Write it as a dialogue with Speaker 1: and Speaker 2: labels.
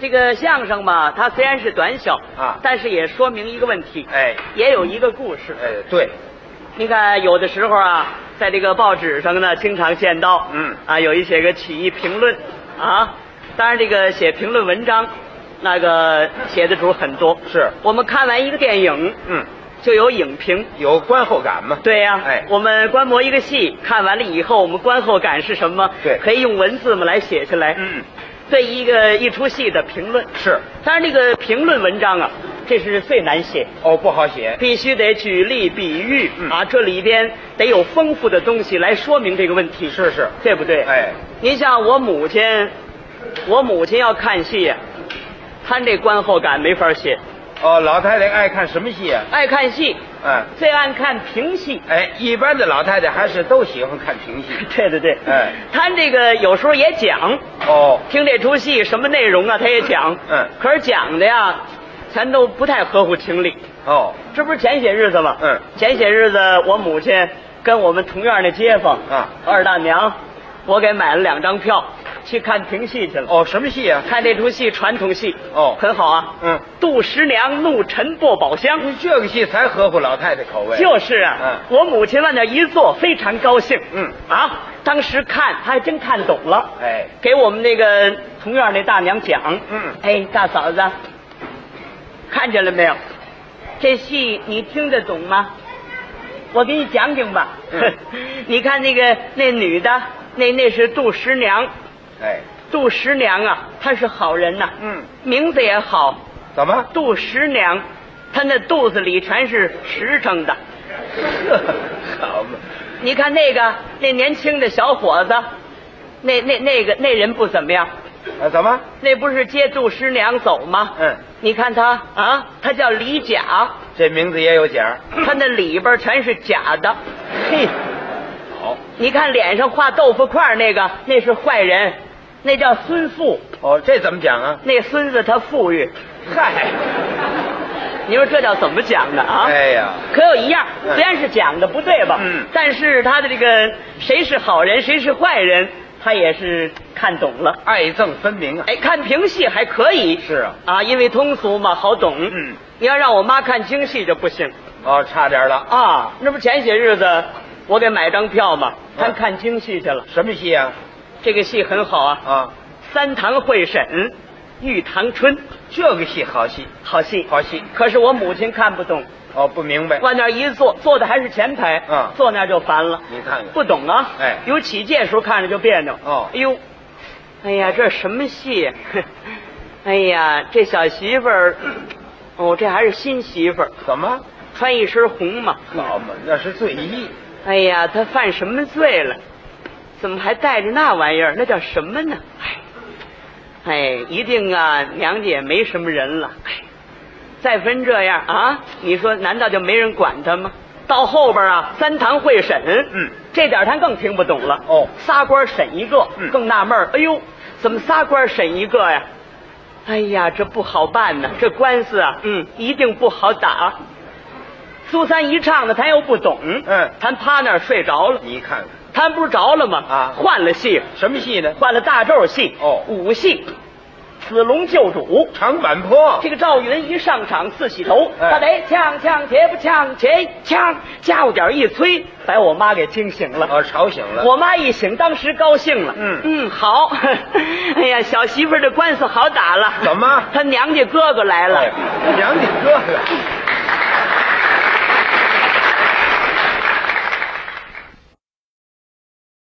Speaker 1: 这个相声吧，它虽然是短小
Speaker 2: 啊
Speaker 1: 但是也说明一个问题，
Speaker 2: 哎
Speaker 1: 也有一个故事。
Speaker 2: 哎，对，
Speaker 1: 你看，有的时候啊，在这个报纸上呢，经常见到，
Speaker 2: 嗯
Speaker 1: 啊，有一些个起义评论啊，当然这个写评论文章，那个写的主很多。
Speaker 2: 是
Speaker 1: 我们看完一个电影，
Speaker 2: 嗯，
Speaker 1: 就有影评。
Speaker 2: 有观后感嘛？
Speaker 1: 对呀、
Speaker 2: 哎
Speaker 1: 我们观摩一个戏，看完了以后，我们观后感是什么？
Speaker 2: 对
Speaker 1: 可以用文字嘛来写下来。
Speaker 2: 嗯，
Speaker 1: 对一个一出戏的评论。
Speaker 2: 是，
Speaker 1: 当然，这个评论文章啊，这是最难写，
Speaker 2: 哦，不好写，
Speaker 1: 必须得举例比喻、
Speaker 2: 嗯
Speaker 1: 啊，这里边得有丰富的东西来说明这个问题，
Speaker 2: 是是，
Speaker 1: 对不对？
Speaker 2: 哎，
Speaker 1: 您像我母亲，我母亲要看戏呀、她这观后感没法写，
Speaker 2: 哦，老太太爱看什么戏啊？
Speaker 1: 爱看戏，
Speaker 2: 嗯，
Speaker 1: 最爱看评戏。
Speaker 2: 哎，一般的老太太还是都喜欢看评戏。
Speaker 1: 对对对，
Speaker 2: 哎，
Speaker 1: 她这个有时候也讲，
Speaker 2: 哦，
Speaker 1: 听这出戏什么内容啊，她也讲，
Speaker 2: 嗯
Speaker 1: 可是讲的呀，全都不太合乎情理。
Speaker 2: 哦，
Speaker 1: 这不是前些日子吗？
Speaker 2: 嗯，
Speaker 1: 前些日子我母亲跟我们同院的街坊
Speaker 2: 啊
Speaker 1: 二大娘，我给买了两张票去看评戏去了。
Speaker 2: 哦，什么戏啊？
Speaker 1: 看这出戏传统戏
Speaker 2: 哦
Speaker 1: 很好啊。
Speaker 2: 嗯，
Speaker 1: 杜十娘怒沉薄宝箱，
Speaker 2: 这个戏才合乎老太太口味。
Speaker 1: 就是啊，我母亲往那一坐，非常高兴。
Speaker 2: 嗯
Speaker 1: 啊，当时看她还真看懂了。
Speaker 2: 哎，
Speaker 1: 给我们那个同院那大娘讲，
Speaker 2: 嗯
Speaker 1: 哎，大嫂子，看见了没有？这戏你听得懂吗？我给你讲讲吧。
Speaker 2: 嗯
Speaker 1: 你看那个那女的，那那是杜十娘，
Speaker 2: 哎，
Speaker 1: 杜十娘啊，她是好人呐、
Speaker 2: 嗯，
Speaker 1: 名字也好，
Speaker 2: 怎么？
Speaker 1: 杜十娘，她那肚子里全是实诚的。
Speaker 2: 好嘛，
Speaker 1: 你看那个那年轻的小伙子，那那那个那人不怎么样，
Speaker 2: 啊，怎么？
Speaker 1: 那不是接杜十娘走吗？
Speaker 2: 嗯，
Speaker 1: 你看他啊，他叫李 甲，
Speaker 2: 这名字也有奖。
Speaker 1: 他那里边全是假的。
Speaker 2: 嘿，好，
Speaker 1: 你看脸上画豆腐块儿那个，那是坏人，那叫孙富，
Speaker 2: 哦，这怎么讲啊？
Speaker 1: 那孙子他富裕。
Speaker 2: 嗨，
Speaker 1: 你说这叫怎么讲呢？啊？
Speaker 2: 哎呀，
Speaker 1: 可有一样，
Speaker 2: 嗯
Speaker 1: 虽然是讲的不对吧，
Speaker 2: 嗯
Speaker 1: 但是他的这个谁是好人，谁是坏人，他也是看懂了。
Speaker 2: 爱憎分明啊。
Speaker 1: 哎，看评戏还可以，
Speaker 2: 是啊
Speaker 1: 啊，因为通俗嘛，好懂。
Speaker 2: 嗯，
Speaker 1: 你要让我妈看京戏就不行
Speaker 2: 哦，差点了。
Speaker 1: 啊。那不前些日子我给买张票嘛，
Speaker 2: 嗯
Speaker 1: 她看京戏去了。
Speaker 2: 什么戏啊？
Speaker 1: 这个戏很好啊，
Speaker 2: 啊，
Speaker 1: 三堂会审，玉堂春，
Speaker 2: 这个戏好戏，
Speaker 1: 好戏。
Speaker 2: 好戏。
Speaker 1: 可是我母亲看不懂，
Speaker 2: 哦，不明白。
Speaker 1: 往那儿一坐，坐的还是前排，
Speaker 2: 嗯
Speaker 1: 坐那儿就烦了。
Speaker 2: 你看看
Speaker 1: 不懂啊？
Speaker 2: 哎
Speaker 1: 有起见时候看着就别扭。
Speaker 2: 哦
Speaker 1: 哎呦，哎呀，这什么戏呀、 哎呀，这小媳妇儿，哦，这还是新媳妇儿，
Speaker 2: 怎么？
Speaker 1: 穿一身红嘛。
Speaker 2: 好嘛，那是醉意。
Speaker 1: 哎呀，她犯什么罪了？怎么还带着那玩意儿？那叫什么呢？哎，哎，一定啊，娘家也没什么人了。哎，再分这样啊，你说难道就没人管他吗？到后边啊，三堂会审，
Speaker 2: 嗯，
Speaker 1: 这点他更听不懂了。
Speaker 2: 哦
Speaker 1: 仨官审一个，
Speaker 2: 嗯
Speaker 1: 更纳闷儿哎呦，怎么仨官审一个呀？哎呀，这不好办呐，这官司啊，嗯，一定不好打。苏三一唱的，咱又不懂，
Speaker 2: 嗯
Speaker 1: 咱趴那儿睡着了。
Speaker 2: 你看看
Speaker 1: 他不是着了吗？
Speaker 2: 啊
Speaker 1: 换了戏，
Speaker 2: 什么戏呢？
Speaker 1: 换了大咒戏，
Speaker 2: 哦
Speaker 1: 武戏，子龙救主。
Speaker 2: 长坂坡
Speaker 1: 这。个赵云一上场四喜头，
Speaker 2: 哎
Speaker 1: 他得呛呛且不呛且呛，家伙点一催，把我妈给惊醒了。
Speaker 2: 哦，吵醒了。
Speaker 1: 我妈一醒，当时高兴了。
Speaker 2: 嗯
Speaker 1: 嗯，好。 哎呀，小媳妇儿这官司好打了。
Speaker 2: 怎么哎
Speaker 1: 她娘家哥哥来了。
Speaker 2: 哎，娘你哥哥，